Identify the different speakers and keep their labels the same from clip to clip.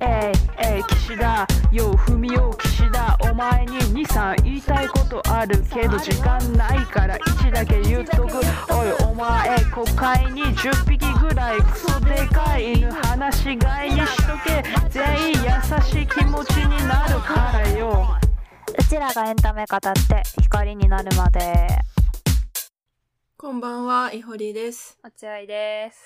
Speaker 1: えいえい岸田よう踏みよう岸田お前に23言いたいことあるけど時間ないから1だけ言っとくおいお前国会に10匹ぐらいクソでかい犬放し飼いにしとけ全員優しい気持ちになるからよ
Speaker 2: うちらがエンタメ語って光になるまで
Speaker 3: こんばんは、いほりです。
Speaker 2: 落合です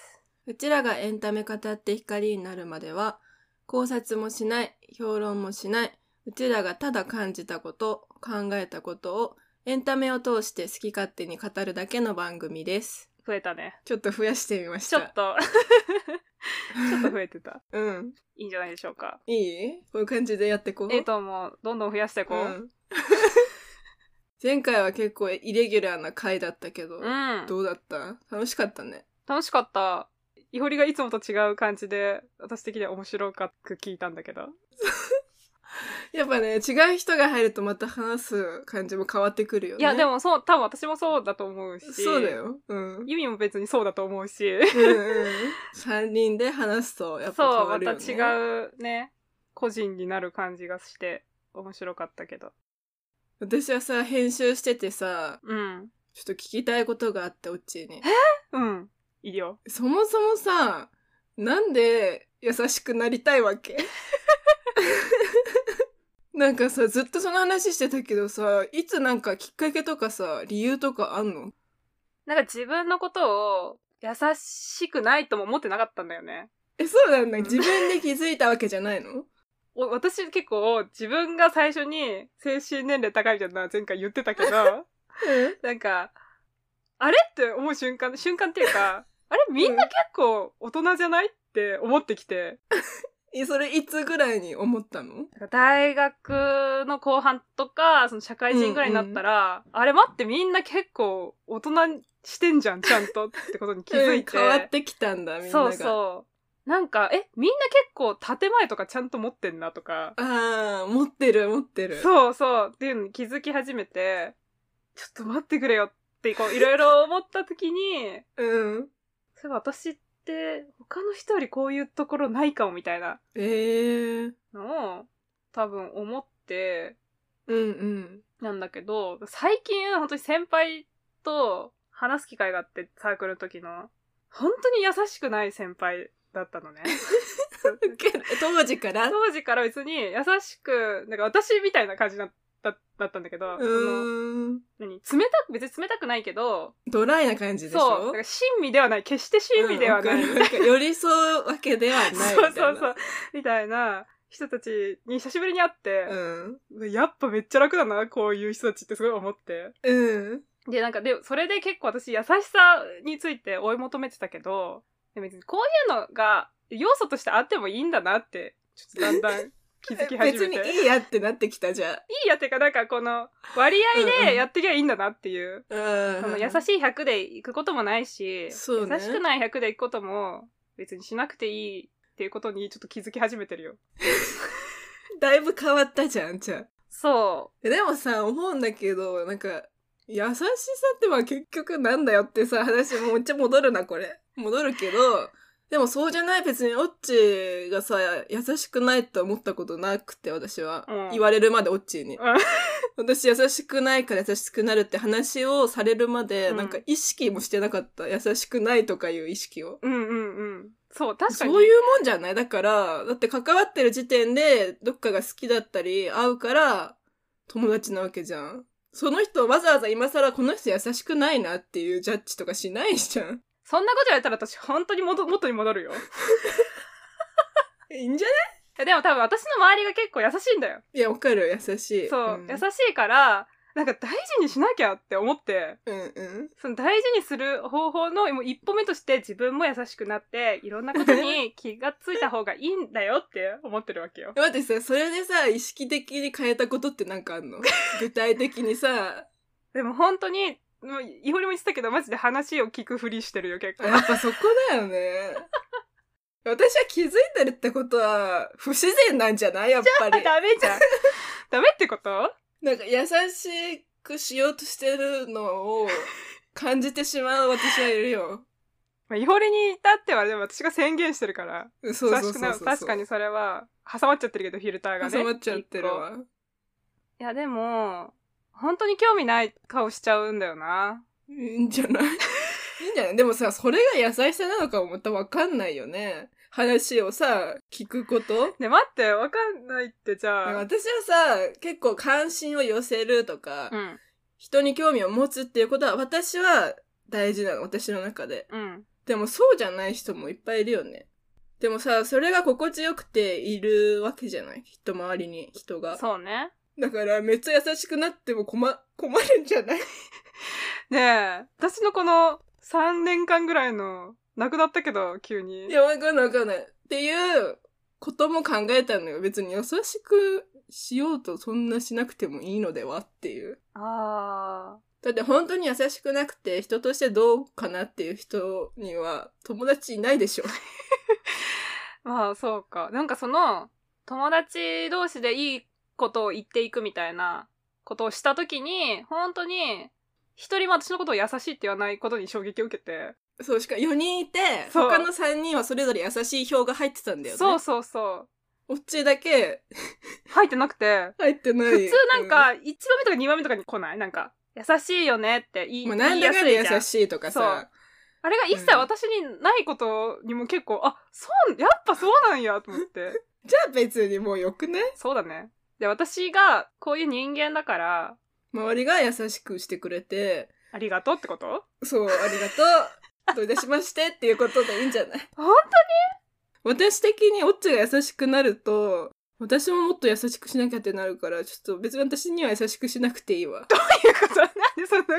Speaker 3: うちらがエンタメ語って光になるまでは、考察もしない、評論もしない、うちらがただ感じたこと、考えたことを、エンタメを通して好き勝手に語るだけの番組です。
Speaker 1: 増えたね
Speaker 3: ちょっと増やしてみまし
Speaker 1: ち
Speaker 3: た。
Speaker 1: ょっとちょっと増えてた
Speaker 3: うん。
Speaker 1: いいんじゃないでしょうか
Speaker 3: いいこういう感じでやってこう。
Speaker 1: ええともうどんどん増やしていこう、
Speaker 3: うん前回は結構イレギュラーな回だったけど、
Speaker 1: うん
Speaker 3: どうだった楽しかったね。
Speaker 1: 楽しかった。いほりがいつもと違う感じで、私的には面白かく聞いたんだけど。
Speaker 3: やっぱね、違う人が入るとまた話す感じも変わってくるよね。
Speaker 1: いや、でもそう、多分私もそうだと思うし。
Speaker 3: そうだ。よ。うん。
Speaker 1: ユミも別にそうだと思う し。
Speaker 3: うんうんうん、3人で話すとやっぱ
Speaker 1: そ
Speaker 3: 変
Speaker 1: う、
Speaker 3: わ
Speaker 1: ま
Speaker 3: る
Speaker 1: た
Speaker 3: よ、ね、う。
Speaker 1: 違うね、個人になる感じがして、面白かったけど。
Speaker 3: 私はさ、編集しててさ、
Speaker 1: うん。
Speaker 3: ちょっと聞きたいことがあって、オッチーに。
Speaker 1: うん。いいよ。
Speaker 3: そもそもさ、なんで優しくなりたいわ けなんかさ、ずっとその話してたけどさ、いつなんかきっかけとかさ、理由とかあんの
Speaker 1: なんか自分のことを優しくないとも思ってなかったんだよね。
Speaker 3: え、そうなんだ。
Speaker 1: うん
Speaker 3: 自分で気づいたわけじゃないの
Speaker 1: お私結構自分が最初に精神年齢高いみたいなのは前回言ってたけ ど、なんか、あれって思う瞬間、瞬間っていう か、あれみんな結構大人じゃないって思ってきて、
Speaker 3: え、それいつぐらいに思ったの
Speaker 1: なんか大学の後半とか、その社会人ぐらいになったら、あれ待ってみんな結構大人してんじゃん、ちゃんとってことに気づい て。
Speaker 3: うん変わってきたんだ、みんなが。
Speaker 1: そうそう。なんか、え、みんな結構建前とかちゃんと持ってんなとか、
Speaker 3: ああ、持ってる、持ってる。
Speaker 1: そうそう、っていうのに気づき始めて、ちょっと待ってくれよって、こう、いろいろ思った時に、
Speaker 3: うん。
Speaker 1: そういえば私って他の人よりこういうところないかもみたいな
Speaker 3: ええー。
Speaker 1: のを多分思って
Speaker 3: うんうん。
Speaker 1: なんだけど、最近本当に先輩と話す機会があってサークルの時の、本当に優しくない先輩だっ たのね。
Speaker 3: け当時から
Speaker 1: 当時から別に優しく、なんか私みたいな感じだっただったんだけ
Speaker 3: う
Speaker 1: ど、
Speaker 3: ーん。
Speaker 1: その何冷たく、別に冷たくないけど、
Speaker 3: ドライな感じでしょ
Speaker 1: そう、だから親身ではない、決して親身ではない。
Speaker 3: うんわかるなんか寄り添うわけではないみたい
Speaker 1: そ
Speaker 3: な。
Speaker 1: うそうそう。みたいな人たちに久しぶりに会って、
Speaker 3: うん。
Speaker 1: やっぱめっちゃ楽だな、こういう人たちってすごい思って。
Speaker 3: うん。
Speaker 1: で、なんか、で、それで結構私、優しさについて追い求めてたけど、でも別にこういうのが要素としてあってもいいんだなって、ちょっとだんだん気づき 始
Speaker 3: 別
Speaker 1: め
Speaker 3: に
Speaker 1: て。い
Speaker 3: いいやってなってきたじゃん。
Speaker 1: いやっていうか、なんかこの割合でやってきゃいいんだなっていう。
Speaker 3: うん。
Speaker 1: その優しい100で行くこともないし、
Speaker 3: そうね
Speaker 1: 優しくない100で行くことも別にしなくていいっていうことにちょっと気づき始めてるよ。
Speaker 3: だいぶ変わったじゃん、じゃあ
Speaker 1: そ
Speaker 3: えでもさ、思うんだけど、なんか、優しさってまあ結局なんだよってさ、話もめっちゃ戻るな、これ。戻るけど、でもそうじゃない、別にオッチがさ、優しくないと思ったことなくて、私は。
Speaker 1: うん
Speaker 3: 言われるまでオッチに
Speaker 1: うん。
Speaker 3: 私優しくないから優しくなるって話をされるまで、
Speaker 1: うん
Speaker 3: なんか意識もしてなかった。優しくないとかいう意識を。
Speaker 1: う。うんうんうん。そう、確かに。
Speaker 3: そういうもんじゃないだから、だって関わってる時点で、どっかが好きだったり、会うから、友達なわけじゃん。その人わざわざ今更この人優しくないなっていうジャッジとかしないじゃん。
Speaker 1: そんなこと言われたら私本当にも元に戻るよ。
Speaker 3: いいんじゃ
Speaker 1: えでも多分私の周りが結構優しいんだよ。
Speaker 3: ないいや、わかる、優しい。
Speaker 1: そう、
Speaker 3: ん
Speaker 1: 優しいから、なんか大事にしなきゃって思って、
Speaker 3: うんうん。
Speaker 1: その大事にする方法のもう一歩目として自分も優しくなって、いろんなことに気がついた方がいいんだよって思ってるわけよ。
Speaker 3: 待ってさ、それでさ、意識的に変えたことってなんかあ んの具体的にさ、
Speaker 1: でも本当に、もういほりも言ってたけど、マジで話を聞くふりしてるよ、結構。
Speaker 3: やっぱそこだよね。私は気づいてるってことは、不自然なんじゃないやっぱり。
Speaker 1: ダメじ ゃん。ダメってこと
Speaker 3: なんか優し くしようとしてるのを感じてしまう私はいるよ。
Speaker 1: まあ、イホリにいたってはでも私が宣言してるから
Speaker 3: そうそうそう
Speaker 1: 確か
Speaker 3: そう
Speaker 1: に確かにそれは挟まっちゃってるけどフィルターがね
Speaker 3: 挟まっちゃってるわ
Speaker 1: いやでも本当に興味ない顔しちゃうんだよない
Speaker 3: いんじゃないいいんじゃないでもさそれが優しさなのかもまたわかんないよね話をさ聞くこと
Speaker 1: で待ってわかんないってじ
Speaker 3: なんか
Speaker 1: ゃあ
Speaker 3: 私はさ結構関心を寄せるとか、
Speaker 1: うん
Speaker 3: 人に興味を持つっていうことは私は大事なの私の中で
Speaker 1: うん
Speaker 3: でもそうじゃない人もいっぱいいるよねでもさそれが心地よくているわけじゃないきっと周りに人が
Speaker 1: そうね
Speaker 3: だからめっちゃ優しくなっても困 困るんじゃない
Speaker 1: ねえ私のこの3年間ぐらいの亡くなったけど急に
Speaker 3: いやわかんないわかんないっていうことも考えたのよ別に優しくしようとそんなしなくてもいいのではっていう
Speaker 1: あ
Speaker 3: だって本当に優しくなくて人としてどうかなっていう人には友達いないでしょ
Speaker 1: あまあそうかなんかその友達同士でいいことを言っていくみたいなことをした時に本当に一人も私のことを優しいって言わないことに衝撃を受けて
Speaker 3: そうしか4人いて
Speaker 1: そう
Speaker 3: 他の3人はそれぞれ優しい票が入ってたんだよね
Speaker 1: そうそうそう
Speaker 3: こっちだけ
Speaker 1: 入ってなくて
Speaker 3: 入ってない
Speaker 1: 普通なん、か1番目とか2番目とかに来ないなんか優しいよねって言い,、
Speaker 3: うんまあ、な
Speaker 1: 言
Speaker 3: ん
Speaker 1: い
Speaker 3: だ
Speaker 1: や
Speaker 3: か
Speaker 1: す
Speaker 3: ん
Speaker 1: いじゃん
Speaker 3: だ優しいとかさ
Speaker 1: あれが一切私にないことにも結構、あそうやっぱそうなんやと思って
Speaker 3: じゃあ別にもうよくない
Speaker 1: そうだね。で、私がこういう人間だから、
Speaker 3: 周りが優しくしてくれて
Speaker 1: ありがとうってこと
Speaker 3: そうありがとうどういたしましてっていうことでいいんじゃない
Speaker 1: 本
Speaker 3: 私的にオッチが優しくなると私ももっと優しくしなきゃってなるからちょっと別に私には優しくしなくていい わ
Speaker 1: 当にっていうことなんでそんな、こ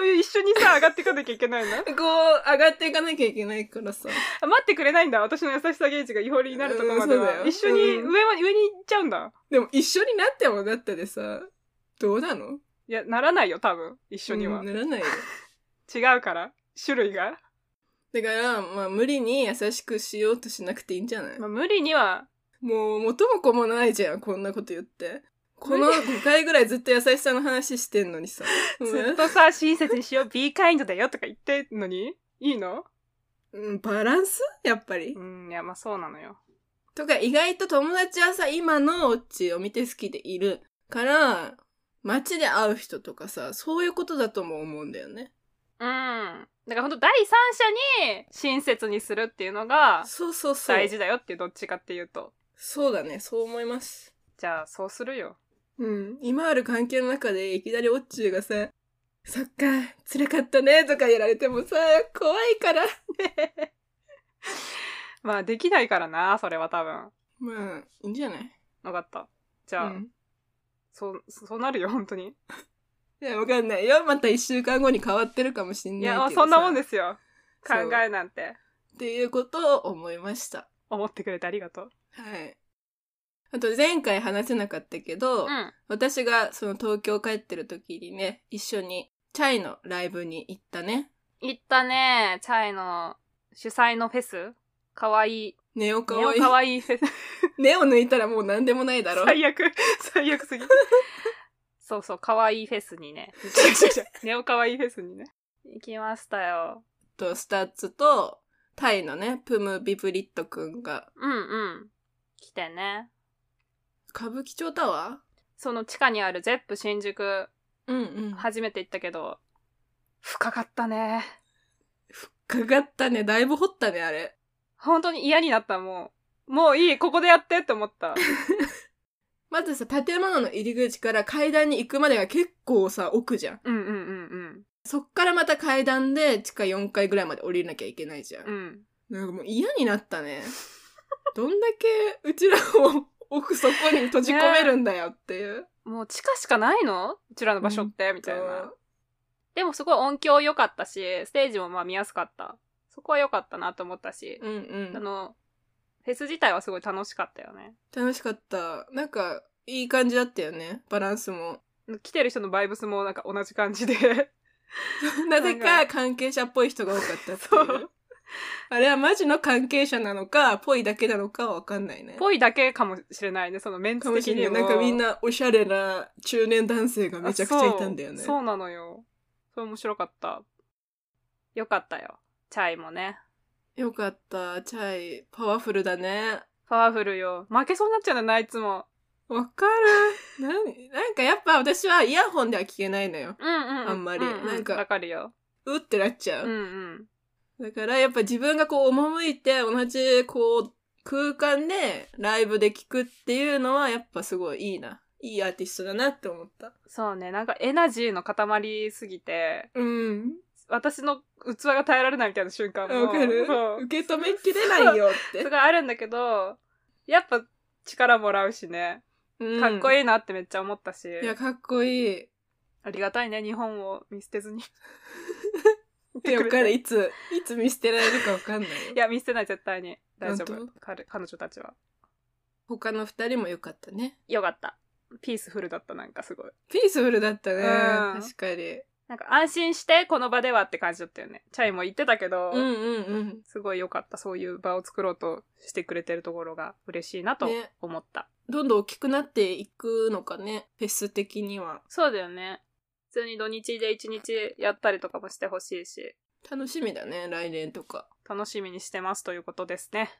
Speaker 1: ういう一緒にさ、上がっていかなきゃいけないの
Speaker 3: こう上がっていかなきゃいけないからさ
Speaker 1: あ待ってくれないんだ。私の優しさゲージがイホリになるとこまで
Speaker 3: うんそうだ
Speaker 1: は。
Speaker 3: よ
Speaker 1: 一緒に上
Speaker 3: うん
Speaker 1: は、上に行っちゃうんだ。
Speaker 3: でも一緒になってもなったでさどうなの
Speaker 1: いや、ならないよ、多分。一緒には。
Speaker 3: うんならないよ
Speaker 1: 違うから。種類が。
Speaker 3: だからまあ無理に優しくしようとしなくていいんじゃない
Speaker 1: まあ、無理には、
Speaker 3: もう元も子もないじゃんこんなこと言ってこの5回ぐらいずっと優しさの話してんのに さ
Speaker 1: ずっとさ、親切にし よう、be kind だよとか言ってんのに、いいの
Speaker 3: うんバランスやっぱり
Speaker 1: うん、いや、まあそうなのよ。
Speaker 3: とか意外と友達はさ今のオッチを見て好きでいるから街で会う人とかさそういうことだとも思うんだよね
Speaker 1: うん。だから本当第三者に親切にするっていうのが、
Speaker 3: そうそうそう
Speaker 1: 大事だよっていうどっちかっていうと
Speaker 3: そうだねそう思います
Speaker 1: じゃあそうするよ
Speaker 3: うん今ある関係の中でいきなりオッチーがさ「そっか辛かったね」とかやられてもさ怖いから
Speaker 1: まあできないからなそれは多分
Speaker 3: まあいいんじゃない
Speaker 1: 分かったじ
Speaker 3: う
Speaker 1: ゃあ、
Speaker 3: ん
Speaker 1: そうそうなるよ本当に
Speaker 3: いやわかんないよまた1週間後に変わってるかもしんな
Speaker 1: い
Speaker 3: い
Speaker 1: や
Speaker 3: けど
Speaker 1: もう
Speaker 3: さ
Speaker 1: そんなもんですよ考
Speaker 3: そう
Speaker 1: えなんて
Speaker 3: っていうことを思いました
Speaker 1: 思ってくれてありがとう
Speaker 3: はいあと前回話せなかったけど、
Speaker 1: うん
Speaker 3: 私がその東京帰ってる時にね一緒にチャイのライブに行ったね
Speaker 1: 行ったねチャイの主催のフェスかわいい
Speaker 3: ネオか
Speaker 1: ネオ
Speaker 3: わいい
Speaker 1: かわいいフェス
Speaker 3: ネオ抜いた らもう何でもないだろ
Speaker 1: 最悪最悪 すぎそうそうかわいいフェスにねネオかわいいフェスにね行きましたよ
Speaker 3: とスタッツとタイのねプム・ビブリットくんが
Speaker 1: うんうん来てね
Speaker 3: 歌舞伎町タワ
Speaker 1: その地下にあるゼップ新宿
Speaker 3: ーうんうん
Speaker 1: 初めて行ったけど、深かったね。
Speaker 3: かかったねだいぶ掘ったねあれ
Speaker 1: 本当に嫌になった、もう。もういい、ここでやってって思った。
Speaker 3: まずさ建物の入り口から階段に行くまでが結構さ奥じゃん
Speaker 1: うんうんうん
Speaker 3: そっからまた階段で地下4階ぐらいまで降りなきゃいけないじゃん、
Speaker 1: うん。うん。
Speaker 3: なんかもう嫌になったね どんだけうちらを奥底に閉じ込めるんだよっていう、
Speaker 1: もう地下しかないのうちらの場所って、みたいな
Speaker 3: そ。
Speaker 1: でもすごい音響良かったし、ステージもまあ見やすかった。そこは良かったなと思ったし、
Speaker 3: ううんう
Speaker 1: あ
Speaker 3: ん
Speaker 1: の、フェス自体はすごい楽しかったよね。
Speaker 3: 楽しかったなんかいい感じだったよねバランスも
Speaker 1: 来てる人のバイブスもなんか同じ感じ で。
Speaker 3: なぜか関係者っぽい人が多かったってい
Speaker 1: そう
Speaker 3: う。あれはマジの関係者なのか、ぽいだけなのかはわかんないね。
Speaker 1: ぽいだけかもしれないね、そのメン
Speaker 3: か
Speaker 1: ツ
Speaker 3: も
Speaker 1: 的
Speaker 3: し
Speaker 1: に
Speaker 3: れ
Speaker 1: も。
Speaker 3: ない。なんかみんなおしゃれな中年男性がめちゃくちゃいたんだよね
Speaker 1: あ。そうそうなのよそれ面白かったよかったよチャイもね
Speaker 3: よかった。チャイ、パワフルだね。
Speaker 1: パワフルよ。負けそうになっちゃうんだよな、いつも。
Speaker 3: わか る。なん、なんかやっぱ私はイヤホンでは聞けないのよ。
Speaker 1: うんうんうん。
Speaker 3: あんまり
Speaker 1: うう
Speaker 3: なんか
Speaker 1: わかるよ。
Speaker 3: うってなっちゃ
Speaker 1: う
Speaker 3: う。
Speaker 1: んう
Speaker 3: だ
Speaker 1: ん。
Speaker 3: からやっぱ自分がこう赴いて同じこう空間でライブで聞くっていうのはやっぱすごいいいな。いいアーティストだなって思った。
Speaker 1: そうね、なんかエナジーの塊すぎて、
Speaker 3: うん。
Speaker 1: 私の器が耐えられないみたいな瞬間も。
Speaker 3: わかる
Speaker 1: そう
Speaker 3: 受け止めきれないよって。
Speaker 1: すごいあるんだけど、やっぱ力もらうしね。かっこ
Speaker 3: い
Speaker 1: いいなってめっちゃ思ったし。
Speaker 3: いや、かっこいい。
Speaker 1: ありがたいね、日本を見捨てずに。
Speaker 3: いやわかる。いつ、 いつ見捨てられるかわかんないよ。
Speaker 1: いや、見捨てない、絶対に。大丈
Speaker 3: 本
Speaker 1: 夫。彼彼女たちは。
Speaker 3: 他の二人もよかったね。
Speaker 1: よかった。ピースフルだった、なんかすごい。
Speaker 3: ピースフルだったね。
Speaker 1: うん
Speaker 3: 確かに。
Speaker 1: なんか安心して、この場ではって感じだったよね。チャイも言ってたけど、
Speaker 3: うんうん
Speaker 1: すごいよかった。そういう場を作ろうとしてくれてるところが嬉しいなと
Speaker 3: ね
Speaker 1: 思った。
Speaker 3: うん。どんどん大きくなっていくのかね。フェス的には。
Speaker 1: そうだよね。普通に土日で一日やったりとかもしてほしいし、
Speaker 3: 楽しみだね、来年とか。
Speaker 1: 楽しみにしてますということですね。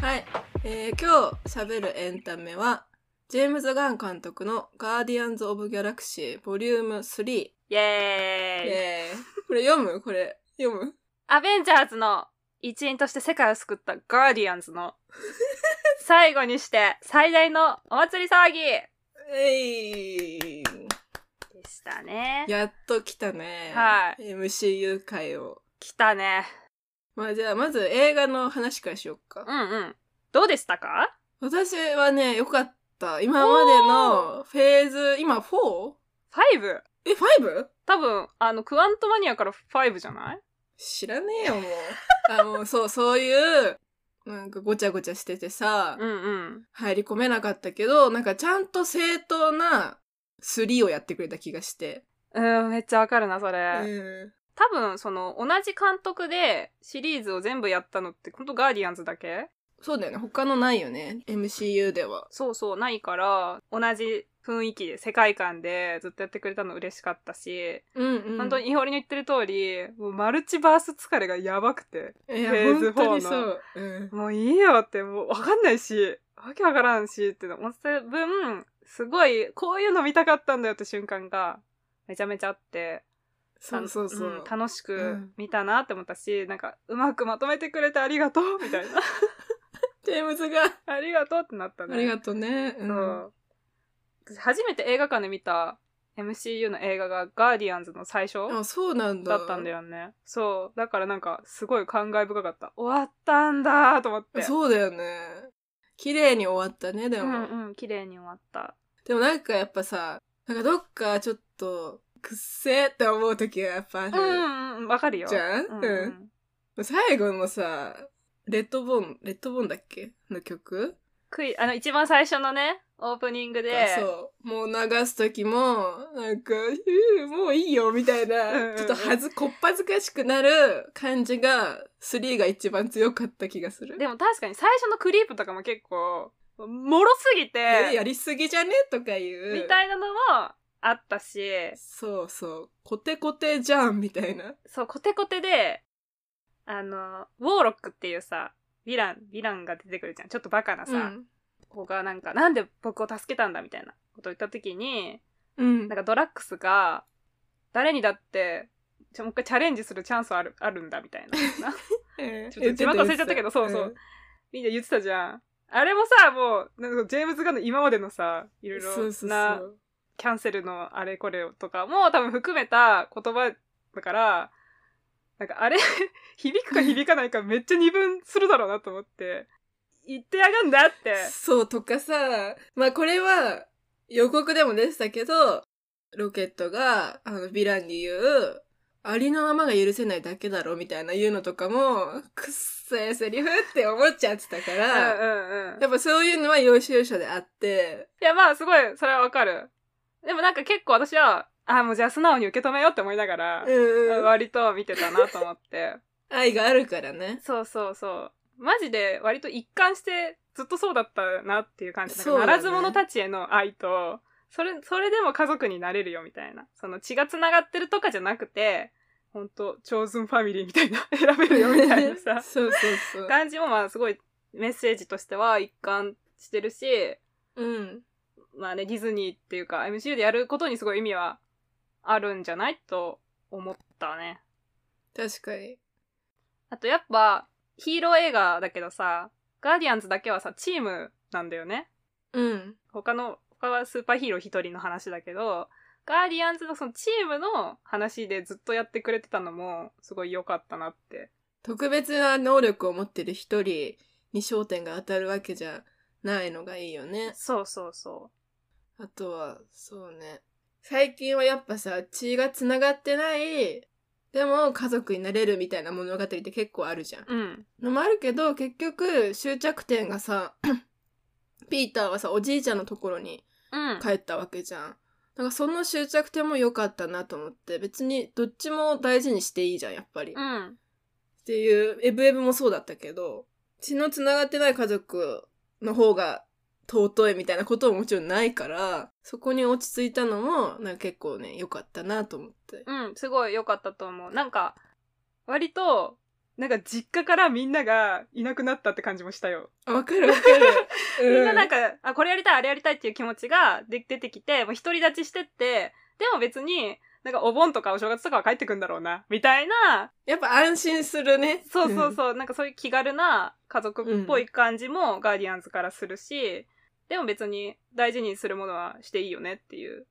Speaker 3: はい。えー、今日喋るエンタメは、ジェームズ・ガン監督のガーディアンズ・オブ・ギャラクシー、ボリューム3。
Speaker 1: イエーイ
Speaker 3: えー、これ読むこれ。読む
Speaker 1: アベンジャーズの一員として世界を救ったガーディアンズ の最後にして最大のお祭り騒ぎで
Speaker 3: えい
Speaker 1: したね。
Speaker 3: やっと来たね。。
Speaker 1: はい
Speaker 3: MCU 回を。
Speaker 1: 来たね。
Speaker 3: まあじゃあ、まず映画の話からしよっか。
Speaker 1: うんうん。どうでしたか
Speaker 3: 私はね、良かった。今までのフェーズ、今 4?
Speaker 1: ?5?
Speaker 3: え、5?
Speaker 1: 多分、あの、クワントマニアから5じゃない
Speaker 3: 知らねえよ、 もう。あ、もうそう、そういう、なんかごちゃごちゃしててさ、
Speaker 1: うんうん。
Speaker 3: 入り込めなかったけど、なんかちゃんと正当な3をやってくれた気がして。
Speaker 1: うん、めっちゃわかるな、それ。
Speaker 3: うん。
Speaker 1: 多分、その、同じ監督でシリーズを全部やったのって、ほんとガーディアンズだけ
Speaker 3: そうだよね。他のないよね。MCU では。
Speaker 1: そうそう、ないから、同じ雰囲気で、世界観でずっとやってくれたの嬉しかったし、
Speaker 3: うんうん。
Speaker 1: 本当にイホリの言ってる通り、もうマルチバース疲れがやばくて、
Speaker 3: いや、
Speaker 1: フェーズ
Speaker 3: 本
Speaker 1: 4の
Speaker 3: 当にそう。うん。
Speaker 1: もういいよって、もうわかんないし、わけわからんしって思ってた分、すごい、こういうの見たかったんだよって瞬間が、めちゃめちゃあって、
Speaker 3: そうそうそう。
Speaker 1: ん楽し
Speaker 3: う
Speaker 1: く
Speaker 3: ん
Speaker 1: 見たなって思ったし、なんか、うまくまとめてくれてありがとうみたいな。
Speaker 3: ジェームズが、あ
Speaker 1: ありがとうってなったね。
Speaker 3: りがとうね。う
Speaker 1: そ
Speaker 3: ん。
Speaker 1: う。私初めて映画館で見た MCU の映画がガーディアンズの最初
Speaker 3: あ、そうなんだ。
Speaker 1: だったんだよね。そう。だからなんかすごい感慨深かった。終わったんだーと思って。う。
Speaker 3: そうだよね。綺麗に終わったね、でも。
Speaker 1: んうん、綺麗に終わった。
Speaker 3: でもなんかやっぱさ、なんかどっかちょっと、くっせーって思う時がやっぱあ
Speaker 1: う
Speaker 3: る。
Speaker 1: んうん、わかるよ。
Speaker 3: じゃん
Speaker 1: うんうん。
Speaker 3: 最後のさ、レッドボーン、レッドボーンだっけの曲
Speaker 1: クイあの、一番最初のね、オープニングで。
Speaker 3: そう。もう流す時も、なんか、うーもういいよ、みたいな、
Speaker 1: うんうんうん
Speaker 3: ちょっとはず、こっぱずかしくなる感じが、3が一番強かった気がする。
Speaker 1: でも確かに最初のクリープとかも結構、もろすぎ
Speaker 3: え
Speaker 1: て、
Speaker 3: やりすぎじゃねとかいう。
Speaker 1: みたいなのもあったし、
Speaker 3: そうそう。コテコテじゃん、みたいな。
Speaker 1: そう、コテコテで、あの、ウォーロックっていうさ、ヴィラン、ヴィランが出てくるじゃん。ちょっとバカなさ、子がなんか、なんで僕を助けたんだみたいなことを言った時に、
Speaker 3: うん。
Speaker 1: なんかドラッグスが、誰にだって、ちょもう一回チャレンジするチャンスはあるあるんだみたいな。
Speaker 3: えー
Speaker 1: ちょっと字幕忘れちゃったけどそうそう。みんな言ってたじゃん。あれもさ、もう、なんかジェームズ・ガンの今までのさ、い
Speaker 3: 言
Speaker 1: ろい
Speaker 3: ってた言ってたうんそう
Speaker 1: ろ
Speaker 3: そう
Speaker 1: な
Speaker 3: そう。
Speaker 1: キャンセルのあれこれとかも多分含めた言葉だから、なんかあれ、 響くか響かないかめっちゃ二分するだろうなと思って、言ってやがんだって。
Speaker 3: そうとかさ、まあこれは予告でも出てたけど、ロケットが、あの、ヴィランに言う、ありのままが許せないだけだろみたいな言うのとかも、くっせえセリフって思っちゃってたか
Speaker 1: うんう
Speaker 3: ら、
Speaker 1: んうん。
Speaker 3: やっぱそういうのは要所要所であって、
Speaker 1: いやまあすごい、それはわかる。でもなんか結構私は、ああもうじゃあ素直に受け止めようって思いながら、
Speaker 3: うんうん、
Speaker 1: 割と見てたなと思って。
Speaker 3: 愛があるからね。
Speaker 1: そうそうそう。マジで割と一貫してずっとそうだったなっていう感じ。なんか
Speaker 3: そうだ
Speaker 1: な
Speaker 3: ね。
Speaker 1: らず者たちへの愛と、それ、それでも家族になれるよみたいな。その血が繋がってるとかじゃなくて、ほんと、チョーズンファミリーみたいな 選べるよみたいなさ
Speaker 3: そうそうそう。
Speaker 1: 感じもまあすごいメッセージとしては一貫してるし、
Speaker 3: うん。
Speaker 1: まあね、ディズニーっていうか MCU でやることにすごい意味はあるんじゃないと思ったね。
Speaker 3: 確かに。
Speaker 1: あとやっぱヒーロー映画だけどさ、ガーディアンズだけはさ、チームなんだよね。
Speaker 3: うん。
Speaker 1: 他の、他はスーパーヒーロー一人の話だけど、ガーディアンズのそのチームの話でずっとやってくれてたのもすごい良かったなって。
Speaker 3: 特別な能力を持ってる一人に焦点が当たるわけじゃないのがいいよね。
Speaker 1: そうそうそ
Speaker 3: あとは、そうね。最近はやっぱさ、血が繋がってない、でも家族になれるみたいな物語って結構あるじゃん。
Speaker 1: う。うん。
Speaker 3: のもあるけど、結局、終着点がさ、 ピーターはさ、おじいちゃんのところに
Speaker 1: うん。
Speaker 3: 帰ったわけじゃん。なんかその終着点も良かったなと思って、別にどっちも大事にしていいじゃん、やっぱり。
Speaker 1: うん。
Speaker 3: っていう、エブエブもそうだったけど、血の繋がってない家族の方が尊いみたいなことももちろんないから、そこに落ち着いたのも、なんか結構ね、良かったなと思って。
Speaker 1: うん、すごい良かったと思う。なんか、割と、なんか実家からみんながいなくなったって感じもしたよ。。
Speaker 3: あわかるわかる
Speaker 1: みんななん
Speaker 3: か、
Speaker 1: か、あ、これやりたい、あれやりたいっていう気持ちがで出てきて、もう独り立ちしてって、でも別に、なんかお盆とかお正月とかは帰ってくんだろうな、みたいな、
Speaker 3: やっぱ安心するね。
Speaker 1: そうそうそう、なんかそういう気軽な家族っぽい感じもガーディアンズからするし、でも別に大事にするものはしていいよねっていう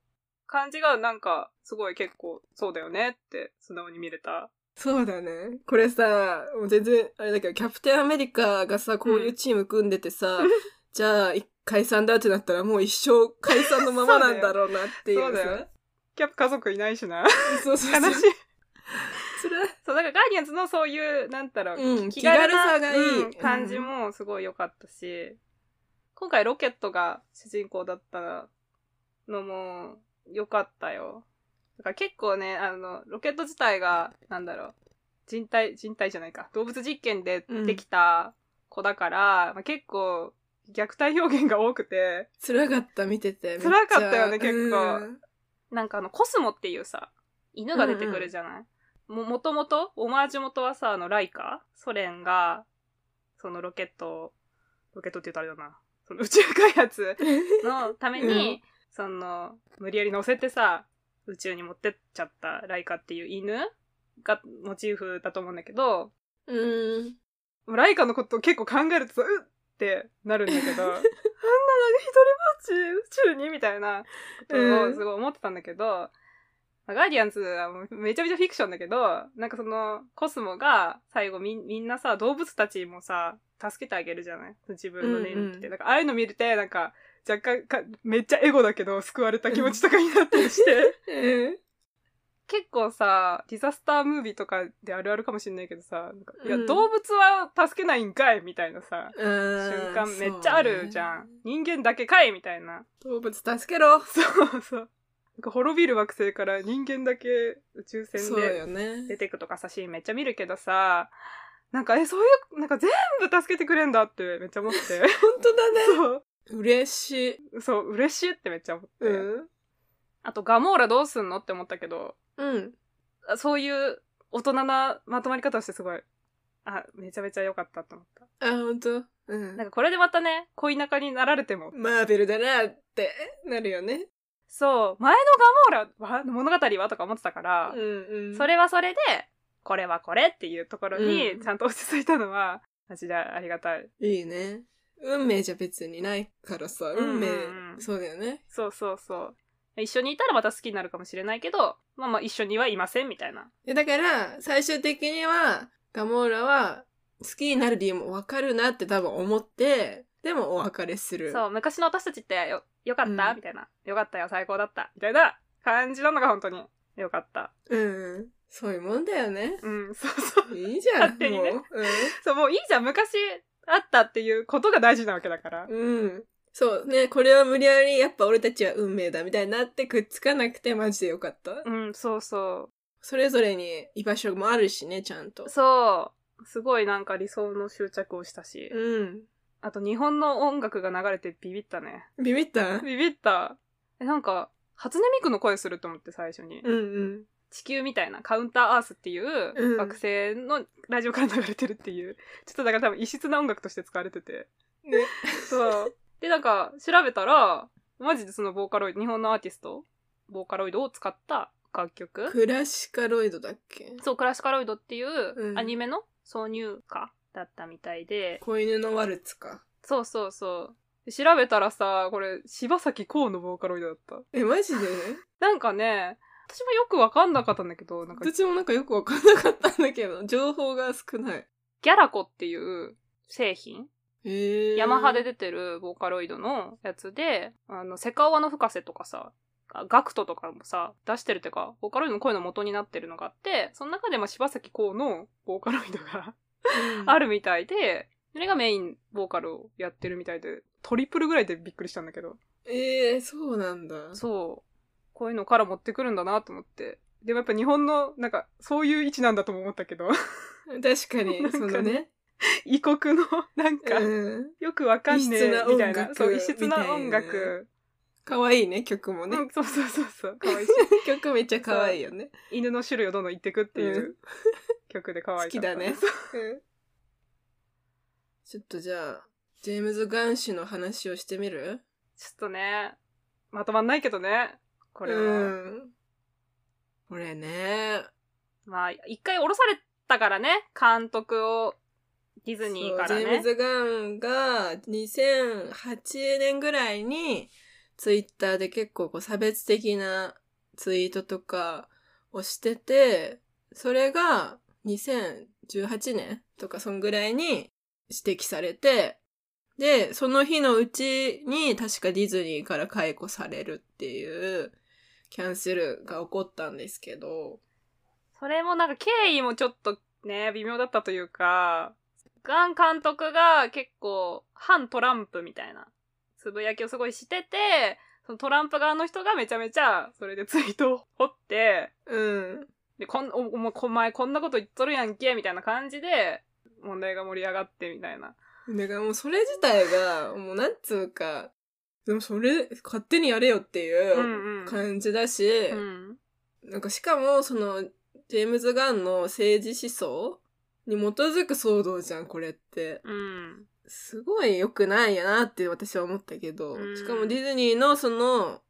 Speaker 1: 感じがなんか、すごい結構そうだよねって素直に見れた。
Speaker 3: そうだね。これさ、もう全然、あれだけど、キャプテンアメリカがさ、こういうチーム組んでてさ、 じゃあ、一解散だってなったら、もう一生解散のままなんだろうなっていう
Speaker 1: そうだよそうだよキャップ家族いないしな。
Speaker 3: さ。そうそうそう。
Speaker 1: 悲しい。
Speaker 3: それは
Speaker 1: そう、だからガーディアンズのそういう、なんだろう、
Speaker 3: うん気軽さがいい
Speaker 1: うん感じもすごい良かったし、今回ロケットが主人公だったのも良かったよ。だから結構ね、あの、ロケット自体が、なんだろう、人体、人体じゃないか、動物実験でできた子だから、まあ、結構、虐待表現が多くて、
Speaker 3: 辛かった、見てて。
Speaker 1: 辛かったよ
Speaker 3: め
Speaker 1: ね
Speaker 3: っちゃ
Speaker 1: 結構
Speaker 3: うん
Speaker 1: なんかあの、コスモっていうさ、犬が出てくるじゃない、も、もともと、オマージュ元はさ、あの、ライカソ連が、そのロケットをロケットって言うとあれだな。その宇宙 開発のために、
Speaker 3: うん
Speaker 1: その、無理やり乗せてさ、宇宙に持ってっちゃったライカっていう犬がモチーフだと思うんだけど、
Speaker 3: うん。
Speaker 1: ライカのことを結構考えるとさ、うっってなるんだけど、 あんななんか一人ぼっち宇宙にみたいなことをすごい思ってたんだけど、まあガーディアンズはもうめちゃめちゃフィクションだけど、なんかそのコスモが最後みみんなさ、動物たちもさ、助けてあげるじゃない自分の年力って。
Speaker 3: うんうん
Speaker 1: なんかああいうの見るて、なんか若干か、めっちゃエゴだけど救われた気持ちとかになったりして。
Speaker 3: うん
Speaker 1: 結構さ、ディザスタームービーとかであるあるかもしんないけどさ、なんかいや、
Speaker 3: うん
Speaker 1: 動物は助けないんかいみたいなさ、
Speaker 3: 瞬
Speaker 1: 瞬間めっちゃあるじゃん。人間だけかいみたいな。
Speaker 3: 動物助けろ。
Speaker 1: そうそう。なんか滅びる惑星から人間だけ宇宙船
Speaker 3: そう
Speaker 1: で
Speaker 3: よね。
Speaker 1: 出てくとかさ、シーンめっちゃ見るけどさ、なんか、え、そういう、なんか全部助けてくれんだってめっちゃ思って。
Speaker 3: 本当だね。
Speaker 1: そ
Speaker 3: 嬉しい。
Speaker 1: う。そう、嬉しいってめっちゃ思って。
Speaker 3: うん。
Speaker 1: あと、ガモーラどうすんのって思ったけど、
Speaker 3: うん。
Speaker 1: あそういう大人なまとまり方をしてすごい、あ、めちゃめちゃ良かったと思った。
Speaker 3: あ、本当うん
Speaker 1: なん。かこれでまたね、恋仲になられても。
Speaker 3: マーベルだなってなるよね。
Speaker 1: そう、前のガモーラは物語はとか思ってたから、
Speaker 3: うんうん。
Speaker 1: それはそれで、これはこれっていうところ
Speaker 3: う
Speaker 1: に
Speaker 3: ん
Speaker 1: ちゃんと落ち着いたのは、マジでありがたい。
Speaker 3: いいね。運命じゃ別にないからさ、
Speaker 1: ん
Speaker 3: 運命、
Speaker 1: うんうん
Speaker 3: そうだよね。
Speaker 1: そうそうそう。一緒にいたらまた好きになるかもしれないけど、まあまあ一緒にはいませんみたいな。
Speaker 3: でだから、最終的には、ガモーラは、好きになる理由もわかるなって多分思って、でもお別れする。
Speaker 1: そう、昔の私たちってよ、よかった、
Speaker 3: うん
Speaker 1: みたいな。よかったよ、最高だった。みたいな感じなのが本当によかった。
Speaker 3: う。ん。そういうもんだよね。
Speaker 1: うん、そうそう。
Speaker 3: いいじゃん。
Speaker 1: 勝手にね
Speaker 3: もう。
Speaker 1: そう、もういいじゃん、昔あったっていうことが大事なわけだから。
Speaker 3: うん。うん。そうね、これは無理やり、やっぱ俺たちは運命だみたいになってくっつかなくてマジでよかった。
Speaker 1: うん、そうそ
Speaker 3: それぞれに居場所もあるしね、ちゃんと
Speaker 1: う。。そう。すごいなんか理想の執着をしたし、
Speaker 3: うん。
Speaker 1: あと日本の音楽が流れてビビったね。
Speaker 3: ビビった
Speaker 1: ビビった。え、なんか、初音ミクの声すると思って最初に。
Speaker 3: うんうん。
Speaker 1: 地球みたいな、カウンターアースっていう、
Speaker 3: うん
Speaker 1: 惑星のラジオから流れてるっていう、ちょっとだから多分異質な音楽として使われてて。
Speaker 3: ね。
Speaker 1: そう。で、なんか、調べたら、マジでそのボーカロイド、日本のアーティスト、ボーカロイドを使った楽曲。
Speaker 3: クラシカロイドだっけ
Speaker 1: そう、クラシカロイドっていううんアニメの挿入歌だったみたいで、
Speaker 3: 子犬のワルツか。
Speaker 1: そうそうそう。で調べたらさ、これ、柴咲コウのボーカロイドだった。
Speaker 3: え、マジで
Speaker 1: なんかね、私もよくわかんなかったんだけど、なんか、
Speaker 3: 私もなんかよくわかんなかったんだけど、 情報が少ない。
Speaker 1: ギャラコっていう製品、
Speaker 3: へえ。
Speaker 1: ヤマハで。出てるボーカロイドのやつで、あの、セカオワの深瀬とかさ、あガクトとかもさ、出してるっていうか、ボーカロイドの声の元になってるのがあって、その中でまあ柴咲コウのボーカロイドがあ
Speaker 3: る。
Speaker 1: るみたいで、それがメインボーカルをやってるみたいで、トリプルぐらいでびっくりしたんだけど。
Speaker 3: ええそうなんだ。
Speaker 1: そう。こういうのから持ってくるんだなと思って。でもやっぱ日本の、なんか、そういう位置なんだとも思ったけど、
Speaker 3: 確かに
Speaker 1: なん、か
Speaker 3: そ
Speaker 1: ね
Speaker 3: のね。
Speaker 1: 異国の、なんか、
Speaker 3: うん。
Speaker 1: よくわかんねえ、
Speaker 3: 異質な
Speaker 1: み
Speaker 3: 音
Speaker 1: た
Speaker 3: 楽
Speaker 1: いな。そう、異質な音
Speaker 3: みたいなね
Speaker 1: 楽。
Speaker 3: かわいいね、曲もね
Speaker 1: う。んそうそうそうそう。可愛いし。
Speaker 3: 曲めっちゃ可愛いよね。
Speaker 1: 犬の種類をどんどん言ってくっていう、
Speaker 3: う
Speaker 1: 曲で可愛
Speaker 3: 好
Speaker 1: い
Speaker 3: きだね。うんちょっとじゃあ、ジェームズ・ガン氏の話をしてみる
Speaker 1: ちょっとね、まとまんないけどね。これは。
Speaker 3: うん。これね。
Speaker 1: まあ、一回降ろされたからね、監督を、ディズニーか
Speaker 3: そ
Speaker 1: ら
Speaker 3: うジェーム
Speaker 1: ね。
Speaker 3: ズ・ガンが2008年ぐらいにツイッターで結構こう差別的なツイートとかをしてて、それが2018年とかそんぐらいに指摘されて、で、その日のうちに確かディズニーから解雇されるっていうキャンセルが起こったんですけど、
Speaker 1: それもなんか経緯もちょっとね、微妙だったというか、ガン監督が結構反トランプみたいなつぶやきをすごいしてて、そのトランプ側の人がめちゃめちゃそれでツイートを掘って、
Speaker 3: うん。
Speaker 1: で、こん、お、お前こお前こんなこと言っとるやんけ、みたいな感じで、問題が盛り上がって、みたいな。
Speaker 3: だからもうそれ自体が、もうなんつうか、でもそれ、勝手にやれよって
Speaker 1: うんう
Speaker 3: い
Speaker 1: ん
Speaker 3: う感じだし、
Speaker 1: うん。
Speaker 3: なんかしかもその、ジェームズ・ガンの政治思想に基づく騒動じゃん、これって。
Speaker 1: うん。
Speaker 3: すごい良くないやなって私は思ったけど、
Speaker 1: うん
Speaker 3: しかもディズニーのその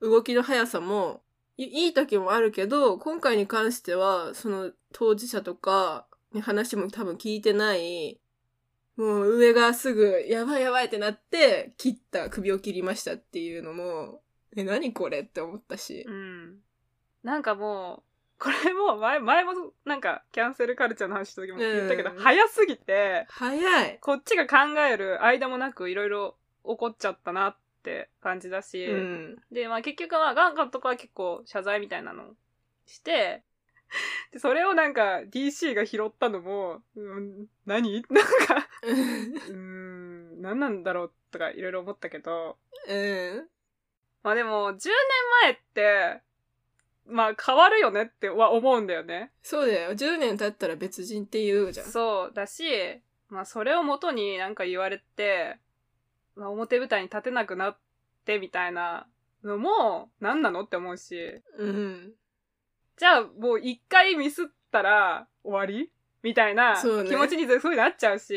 Speaker 3: 動きの速さもいいい時もあるけど、今回に関してはその当事者とかに話も多分聞いてない、もう上がすぐやばいやばいってなって切った、首を切りましたっていうのも、え、何これって思ったし
Speaker 1: う。ん。なんかもう、これも前、前もなんか、キャンセルカルチャーの話した時も言ったけど、
Speaker 3: うん
Speaker 1: 早すぎて、
Speaker 3: 早い。
Speaker 1: こっちが考える間もなくいろいろ起こっちゃったなって感じだし、
Speaker 3: うん。
Speaker 1: で、まあ結局はガン監督は結構謝罪みたいなのをして、 でそれをなんか DC が拾ったのも、うん、何 なんか、うーん、何なんだろうとかいろいろ思ったけど、
Speaker 3: うん。
Speaker 1: まあでも10年前って、まあ変わるよねっては思うんだよね。
Speaker 3: そうだよ。10年経ったら別人って言うじゃん。
Speaker 1: そうだし、まあそれを元になんか言われて、まあ表舞台に立てなくなってみたいなのも何なのって思うし、
Speaker 3: うん。
Speaker 1: じゃあもう一回ミスったら終わりみたいな
Speaker 3: そうね
Speaker 1: 気持ちにすごいなっちゃうし、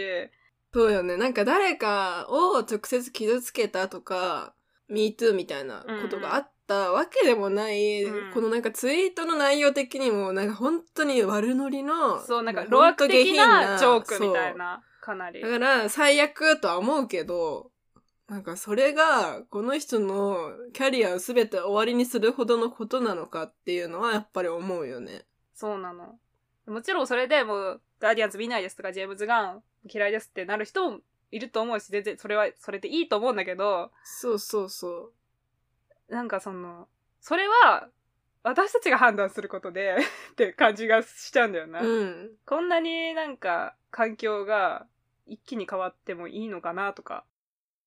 Speaker 3: そうよね。なんか誰かを直接傷つけたとか、MeToo みたいなことがあったわけでもない、
Speaker 1: うん
Speaker 3: このなんかツイートの内容的にも、なんか本当に悪ノリの、
Speaker 1: そうなんか
Speaker 3: も
Speaker 1: 老
Speaker 3: 本
Speaker 1: 悪
Speaker 3: 当下
Speaker 1: 的
Speaker 3: 品
Speaker 1: なジョークみたい。な、かなり
Speaker 3: そう。だから最悪とは思うけど、なんかそれが、この人のキャリアを全て終わりにするほどのことなのかっていうのはやっぱり思うよね。
Speaker 1: そうなの。もちろんそれでもう、ガーディアンズ見ないですとか、ジェームズ・ガン嫌いですってなる人もいると思うし、全然それは、それでいいと思うんだけど、
Speaker 3: そうそうそう。
Speaker 1: なんかその、それは、私たちが判断することで、 って感じがしちゃうんだよな。
Speaker 3: うん。
Speaker 1: こんなになんか、環境が一気に変わってもいいのかなとか。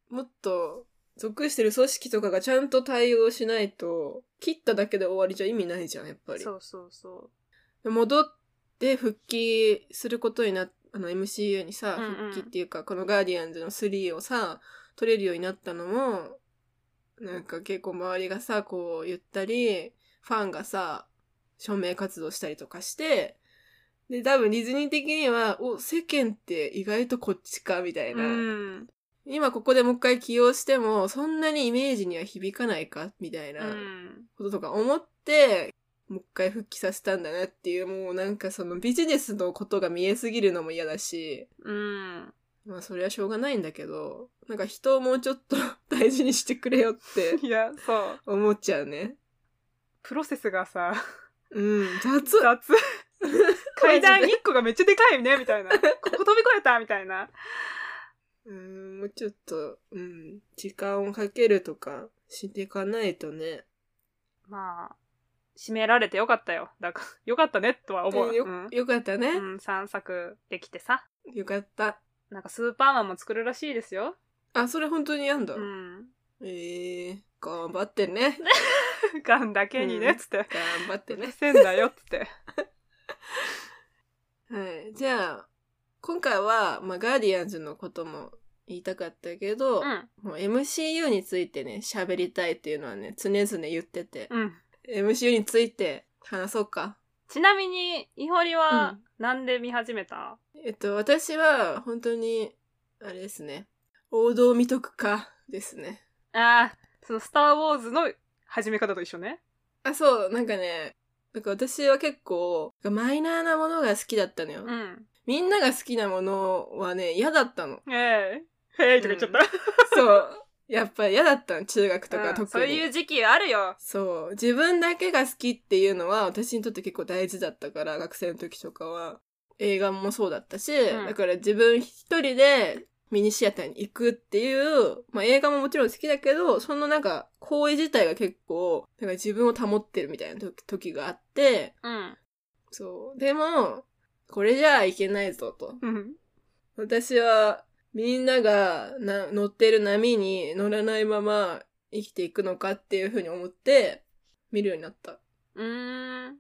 Speaker 3: もっと属してる組織とかがちゃんと対応しないと、切っただけで終わりじゃ意味ないじゃん、やっぱり。
Speaker 1: そうそうそう。
Speaker 3: 戻って復帰することになっあの MCU にさ、
Speaker 1: うんう
Speaker 3: 復
Speaker 1: ん
Speaker 3: 帰っていうか、このガーディアンズの3をさ、取れるようになったのも、なんか結構周りがさ、こう言ったり、ファンがさ、署名活動したりとかして、で、多分ディズニー的には、お、世間って意外とこっちか、みたいな。
Speaker 1: うん。
Speaker 3: 今ここでもう一回起用しても、そんなにイメージには響かないか、みたいな。
Speaker 1: うん。
Speaker 3: こととか思って、もう一回復帰させたんだなっていう、もうなんかそのビジネスのことが見えすぎるのも嫌だし、
Speaker 1: うん。
Speaker 3: まあそれはしょうがないんだけど、なんか人をもうちょっと 大事にしてくれよって
Speaker 1: いや、そう。
Speaker 3: 思っちゃうね。
Speaker 1: プロセスがさ、
Speaker 3: うん、雑
Speaker 1: 雑。階段1個がめっちゃでかいね、みたいな。ここ飛び越えた、みたいな。
Speaker 3: うん、もうちょっと、うん、時間をかけるとかしていかないとね。
Speaker 1: まあ、締められてよかったよ。だから、 よかったね、とは思う。
Speaker 3: よ
Speaker 1: うん、
Speaker 3: よかったね。
Speaker 1: うん、3作できてさ。
Speaker 3: よかった。
Speaker 1: なんかスーパーマンも作るらしいですよ。
Speaker 3: あ、それ本当にやんだ。
Speaker 1: うん。
Speaker 3: ええー、頑張ってね。
Speaker 1: ガンだけにね、
Speaker 3: うん
Speaker 1: つって。
Speaker 3: 頑張ってね。
Speaker 1: せんだ よ、つって。
Speaker 3: はい。じゃあ、今回は、まあ、ガーディアンズのことも言いたかったけど、
Speaker 1: うん。
Speaker 3: もう MCU についてね、喋りたいっていうのはね、常々言ってて、
Speaker 1: うん。
Speaker 3: MCU について話そうか。
Speaker 1: ちなみに、いほり
Speaker 3: う
Speaker 1: は
Speaker 3: ん、
Speaker 1: なんで見始めた、
Speaker 3: えっと、私は、本当に、あれですね、王道見とくか、ですね。
Speaker 1: ああ、その、スター・ウォーズの始め方と一緒ね。
Speaker 3: あ、そう、なんかね、なんか私は結構、マイナーなものが好きだったのよ。
Speaker 1: うん。
Speaker 3: みんなが好きなものはね、嫌だったの。
Speaker 1: ええへえ、とか言っちゃった。
Speaker 3: そう。やっぱ嫌だったの、中学と
Speaker 1: う
Speaker 3: か
Speaker 1: ん
Speaker 3: 特に。
Speaker 1: そういう時期あるよ。
Speaker 3: そう。自分だけが好きっていうのは私にとって結構大事だったから、学生の時とかは。映画もそうだったし、
Speaker 1: うん
Speaker 3: だから自分一人でミニシアターに行くっていう、まあ映画ももちろん好きだけど、そのなんか行為自体が結構、なんか自分を保ってるみたいな時時があって、
Speaker 1: うん。
Speaker 3: そう。でも、これじゃあいけないぞと。
Speaker 1: うん。
Speaker 3: 私はみんながな乗ってる波に乗らないまま生きていくのかっていうふうに思って見るようになった。
Speaker 1: うーん。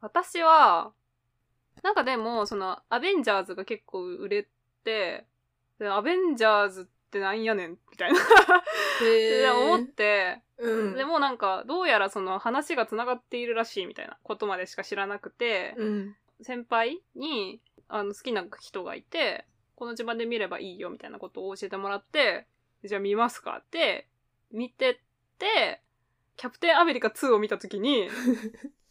Speaker 1: 私は、なんかでも、その、アベンジャーズが結構売れて、でアベンジャーズってなんやねん、みたいな。
Speaker 3: へ
Speaker 1: で
Speaker 3: ー
Speaker 1: 思って、
Speaker 3: うん。
Speaker 1: でもなんか、どうやらその話が繋がっているらしいみたいなことまでしか知らなくて、
Speaker 3: うん。
Speaker 1: 先輩に、あの、好きな人がいて、この順番で見ればいいよみたいなことを教えてもらって、じゃあ見ますかって、見てって、キャプテンアメリカ2を見たときに、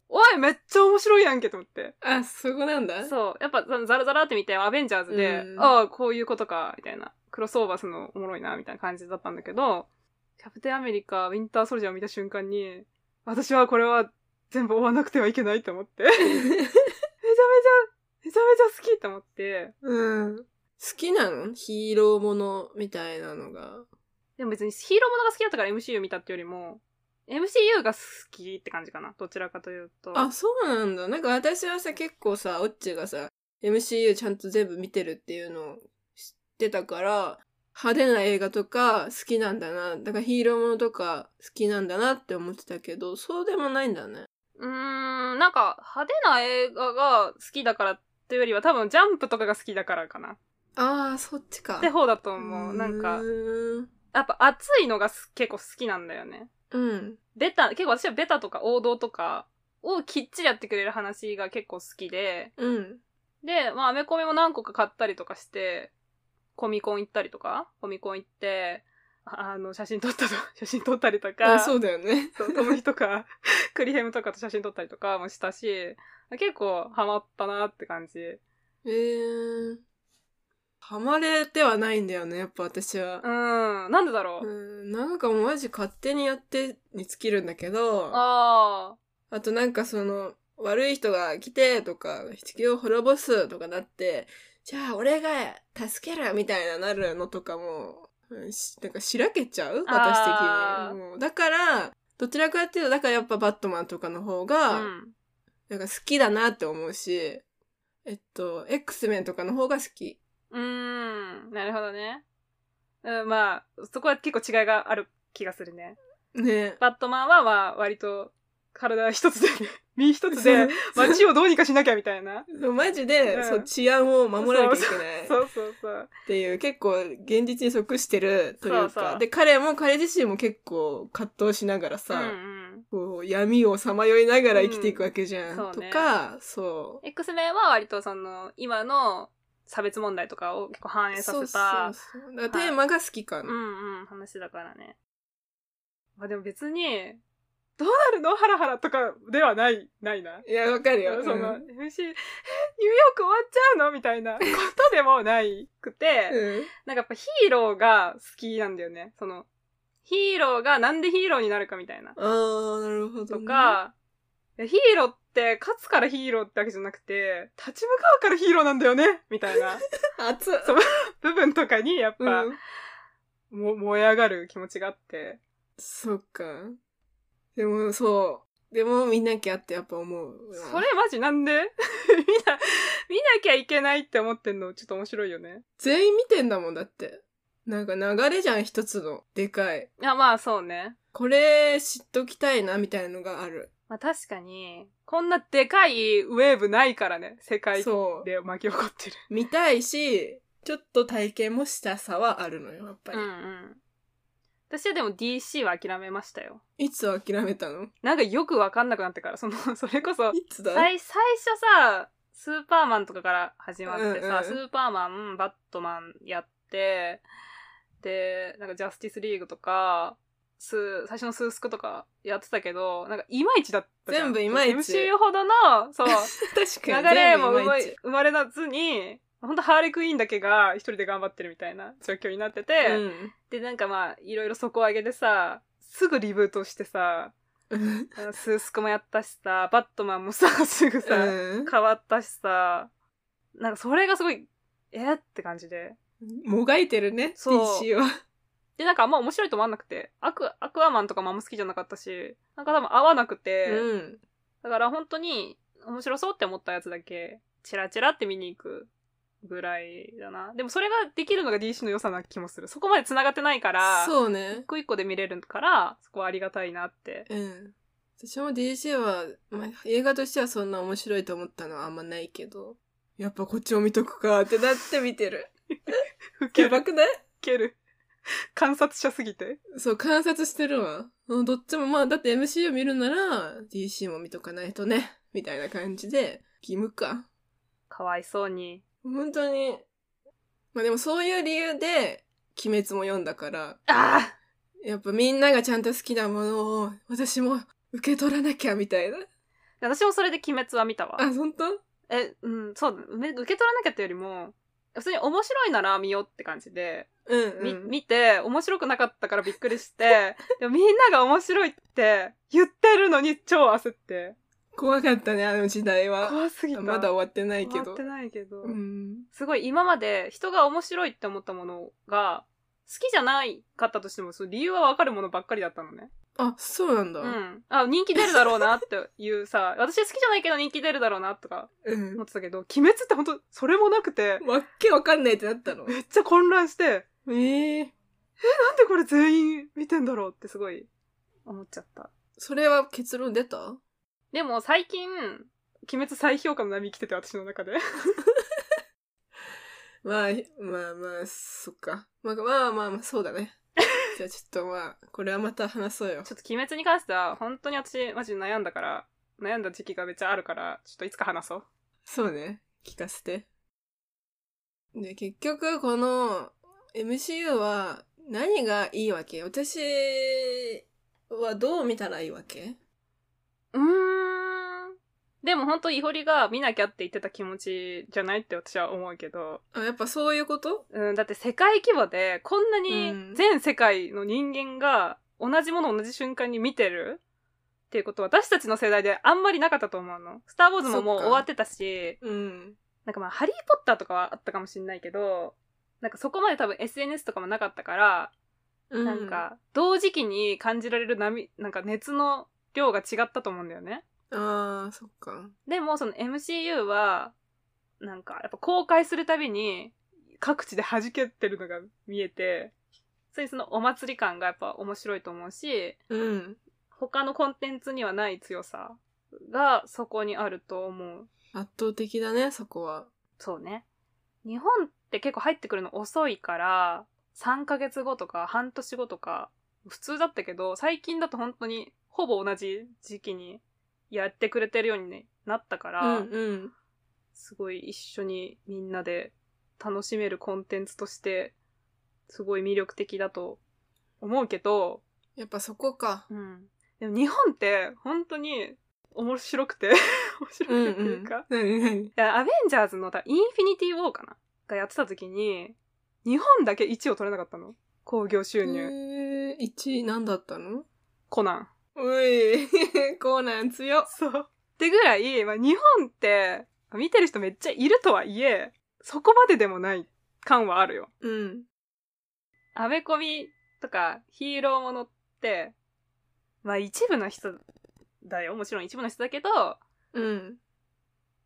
Speaker 1: おい、めっちゃ面白いやんけと思って。
Speaker 3: あ、そこなんだ。
Speaker 1: そう。やっぱ、ザラザラって見て、アベンジャーズで
Speaker 3: う、ん
Speaker 1: ああ、こういうことか、みたいな。クロスオーバーするのおもろいな、みたいな感じだったんだけど、キャプテンアメリカ、ウィンターソルジャーを見た瞬間に、私はこれは全部終わなくてはいけないと 思って、めちゃめちゃ、めちゃめちゃ好きと思って、
Speaker 3: うん。好きなのヒーローものみたいなのが。
Speaker 1: でも別にヒーローものが好きだったから MCU 見たってよりも、MCU が好きって感じかな。どちらかというと。
Speaker 3: あ、そうなんだ。なんか私はさ、結構さ、オッチがさ、MCU ちゃんと全部見てるっていうのを知ってたから、派手な映画とか好きなんだな。だからヒーローものとか好きなんだなって思ってたけど、そうでもないんだね。
Speaker 1: うーん、なんか派手な映画が好きだからっていうよりは多分ジャンプとかが好きだからかな。
Speaker 3: あー、そっちか。
Speaker 1: って方だと思う。なんか
Speaker 3: う、ーん
Speaker 1: やっぱ熱いのがす結構好きなんだよね。
Speaker 3: うん。
Speaker 1: ベタ、結構私はベタとか王道とかをきっちりやってくれる話が結構好きで、
Speaker 3: うん。
Speaker 1: で、まあアメコミも何個か買ったりとかして、コミコン行ったりとか、コミコン行って、ああの、写真撮ったと、 写真撮ったりとか、
Speaker 3: あ、そうだよね。
Speaker 1: そう小麦とか、 クリヘムとかと写真撮ったりとかもしたし、結構ハマったなって感じ。
Speaker 3: えー。ハマれてはないんだよね、やっぱ私は。
Speaker 1: うん、なんでだろう。
Speaker 3: うん、なんかもうマジ勝手にやってに尽きるんだけど、あ
Speaker 1: あ
Speaker 3: となんかその、悪い人が来てとか、地球を滅ぼすとかなって、じゃあ俺が助けるみたいななるのとかも、うんしなんかしらけちゃう私
Speaker 1: あ
Speaker 3: 的
Speaker 1: ー
Speaker 3: に。もうだから、どちらかっていうと、だからやっぱバットマンとかの方
Speaker 1: あ、
Speaker 3: が、
Speaker 1: うん。
Speaker 3: なんか好きだなって思うし、えっと、X メンとかの方が好き。
Speaker 1: うーん、なるほどね。うん、まあ、そこは結構違いがある気がするね。
Speaker 3: ね。
Speaker 1: バットマンはまあ、割と体一つで、 身一つで、街をどうにかしなきゃみたいな。
Speaker 3: そうマジで、
Speaker 1: うん
Speaker 3: そう治安を守らなきゃいけないっ
Speaker 1: そうそうそう。
Speaker 3: ていう結構現実に即してるというか
Speaker 1: そうそう
Speaker 3: で彼も彼自身も結構葛藤しながらさ、
Speaker 1: うん
Speaker 3: こう闇をさまよいながら生きていくわけじゃん、
Speaker 1: うんそう
Speaker 3: と
Speaker 1: ね
Speaker 3: かそう
Speaker 1: うん。X メンは割とその、今の差別問題とかを結構反映さ
Speaker 3: そう
Speaker 1: せ
Speaker 3: そう
Speaker 1: た、
Speaker 3: そうだからテーマが好きかな、
Speaker 1: うんうん、話だからね。まあでも別に、どうなるのハラハラとかではない、ないな。
Speaker 3: い、やわかるよ、
Speaker 1: その、
Speaker 3: うん
Speaker 1: MC、えニューヨーク終わっちゃうのみたいなことでもないくて、
Speaker 3: うん
Speaker 1: なんかやっぱヒーローが好きなんだよね。その、ヒーローがなんでヒーローになるかみたいな。
Speaker 3: あーなるほど
Speaker 1: と
Speaker 3: ね、
Speaker 1: か、いやヒーローって勝つからヒーローってわけじゃなくて、立ち向かうからヒーローなんだよねみた いな
Speaker 3: 熱っ
Speaker 1: そう部分とかにやっぱ、
Speaker 3: うん
Speaker 1: も燃え上がる気持ちがあって。
Speaker 3: そっかでもそうでも見なきゃってやっぱ思う
Speaker 1: それマジなんで 見な、見なきゃいけないって思ってんのちょっと面白いよね。
Speaker 3: 全員見てんだもんだってなんか流れじゃん一つのでかい
Speaker 1: いやまあそうね。
Speaker 3: これ知っときたいなみたいなのがある
Speaker 1: まあ確かに、こんなでかいウェーブないからね、世界
Speaker 3: そ
Speaker 1: で巻き起こってる。
Speaker 3: う見たいしちょっと体験もしたさはあるのよやっぱり、
Speaker 1: うんうん。私はでも DC は諦めましたよ。
Speaker 3: いつ諦めたの
Speaker 1: なんかよくわかんなくなってから、その、それこそ、
Speaker 3: いつだ
Speaker 1: 最、最初さ、スーパーマンとかから始まってさ、
Speaker 3: うんうん
Speaker 1: スーパーマン、バットマンやって、で、なんかジャスティスリーグとか、スー最初のスースクとかやってたけど、なんかいまいちだったじゃん
Speaker 3: 全部いまいち
Speaker 1: MCU ほどの、 そう、
Speaker 3: 確
Speaker 1: 流
Speaker 3: かに
Speaker 1: れも生
Speaker 3: 全部いま
Speaker 1: ま
Speaker 3: いち
Speaker 1: 生まれなずに、ほんとハーレクイーンだけが一人で頑張ってるみたいな状況になってて、で、なんかまあ、いろいろ底上げでさ、すぐリブートしてさ、
Speaker 3: うん
Speaker 1: あのスースクもやったしさ、バットマンもさ、すぐさ、
Speaker 3: うん
Speaker 1: 変わったしさ、なんかそれがすごい、えって感じで。
Speaker 3: もがいてるね
Speaker 1: そう
Speaker 3: DC は
Speaker 1: で、なんかあんま面白いと思わなくて、アク、アクアマンとかもあんま好きじゃなかったし、なんか多分合わなくて、
Speaker 3: うん
Speaker 1: だから本当に面白そうって思ったやつだけ、チラチラって見に行くぐらいだな。でもそれができるのが DC の良さな気もする。そこまで繋がってないから、
Speaker 3: そうね
Speaker 1: 一個一個で見れるから、そこはありがたいなって。
Speaker 3: うん私も DC は、まあ、映画としてはそんな面白いと思ったのはあんまないけどやっぱこっちを見とくかってなって見てる
Speaker 1: 受
Speaker 3: や
Speaker 1: ける、
Speaker 3: ばくない
Speaker 1: 受ける。 観察者すぎて。
Speaker 3: そう、観察してるわ。うんどっちも、まあ、だって MCU 見るなら、DC も見とかないとね、 みたいな感じで、義務か。
Speaker 1: かわいそうに。
Speaker 3: 本当に。まあでもそういう理由で、鬼滅も読んだから、
Speaker 1: あ
Speaker 3: やっぱみんながちゃんと好きなものを、私も受け取らなきゃ、みたいな。
Speaker 1: あ私もそれで鬼滅は見たわ。
Speaker 3: あ、本当
Speaker 1: え、うん、そうだね、受け取らなきゃっていうよりも、普通に面白いなら見ようって感じで、
Speaker 3: うん、
Speaker 1: み
Speaker 3: うん。
Speaker 1: 見て、面白くなかったからびっくりして、 でもみんなが面白いって言ってるのに超焦って。
Speaker 3: 怖かったね、あの時代は。
Speaker 1: 怖すぎた。
Speaker 3: まだ終わってないけ
Speaker 1: 終わ
Speaker 3: ど
Speaker 1: って。ないけど。
Speaker 3: うん。
Speaker 1: すごい今まで人が面白いって思ったものが、好きじゃないかったとしても、その理由はわかるものばっかりだったのね。
Speaker 3: あ、そうなんだ。
Speaker 1: う。ん。あ、人気出るだろうなっていうさ、私好きじゃないけど人気出るだろうなとか
Speaker 3: うん
Speaker 1: 思ってたけど、鬼滅って本当それもなくて、
Speaker 3: わっけわかんないってなったの。
Speaker 1: めっちゃ混乱して、
Speaker 3: ええ
Speaker 1: なんでこれ全員見てんだろうってすごい思っちゃった。
Speaker 3: それは結論出た
Speaker 1: でも最近、鬼滅再評価の波来てて私の中 で。
Speaker 3: まあ、まあまあ、そっか。まあまあまあまあ、そうだ ね。じゃあちょっとまあ、これはまた話そうよ
Speaker 1: ち。ょっと鬼滅に関しては本当に私マジで悩んだから、悩んだ時期がめっちゃあるから、ちょっといつか話そう。
Speaker 3: そうね。聞かせて。で、結局、この MCU は何がいいわけ私はどう見たらいいわけ
Speaker 1: うーん。でも本当イホリが見なきゃって言ってた気持ちじゃないって私は思うけど、
Speaker 3: あ、やっぱそういうこと
Speaker 1: うん、だって世界規模でこんな
Speaker 3: うん
Speaker 1: に全世界の人間が同じものを同じ瞬間に見てるっていうことは私たちの世代であんまりなかったと思うの。スター・ウォーズもも
Speaker 3: そ
Speaker 1: う
Speaker 3: っか
Speaker 1: 終わってたし、
Speaker 3: うん。
Speaker 1: なんかまあ、ハリー・ポッターとかはあったかもしんないけど、なんかそこまで多分 SNS とかもなかったから、
Speaker 3: う
Speaker 1: なん、か同時期に感じられる波、なんか熱の量が違ったと思うんだよね。
Speaker 3: ああ、そっか。
Speaker 1: でもその MCU は、なんかやっぱ公開するたびに各地で弾けてるのが見えて、それにそのお祭り感がやっぱ面白いと思うし、
Speaker 3: うん。
Speaker 1: 他のコンテンツにはない強さがそこにあると思う。
Speaker 3: 圧倒的だね、そこは。
Speaker 1: そうね。日本って結構入ってくるの遅いから、3ヶ月後とか半年後とか、普通だったけど、最近だと本当にほぼ同じ時期にやってくれてるようにねなったか
Speaker 3: うん
Speaker 1: ら、
Speaker 3: うん。
Speaker 1: すごい一緒にみんなで楽しめるコンテンツとして、すごい魅力的だと思うけど、
Speaker 3: やっぱそこ か。
Speaker 1: うん。でも日本って本当に面白くて、 面白
Speaker 3: うん
Speaker 1: くてっていううんか、。
Speaker 3: 何何
Speaker 1: いや、アベンジャーズのだインフィニティウォーかながやってた時に、日本だけ1を取れなかったの。興行収入。
Speaker 3: えー、1位何だったの
Speaker 1: コナン。
Speaker 3: うい、コーナン強っ。
Speaker 1: そう。ってぐらい、まあ、日本って、見てる人めっちゃいるとはいえ、そこまででもない感はあるよ。
Speaker 3: うん。
Speaker 1: アメコミとかヒーローものって、まあ一部の人だよ。もちろん一部の人だけど、
Speaker 3: うん。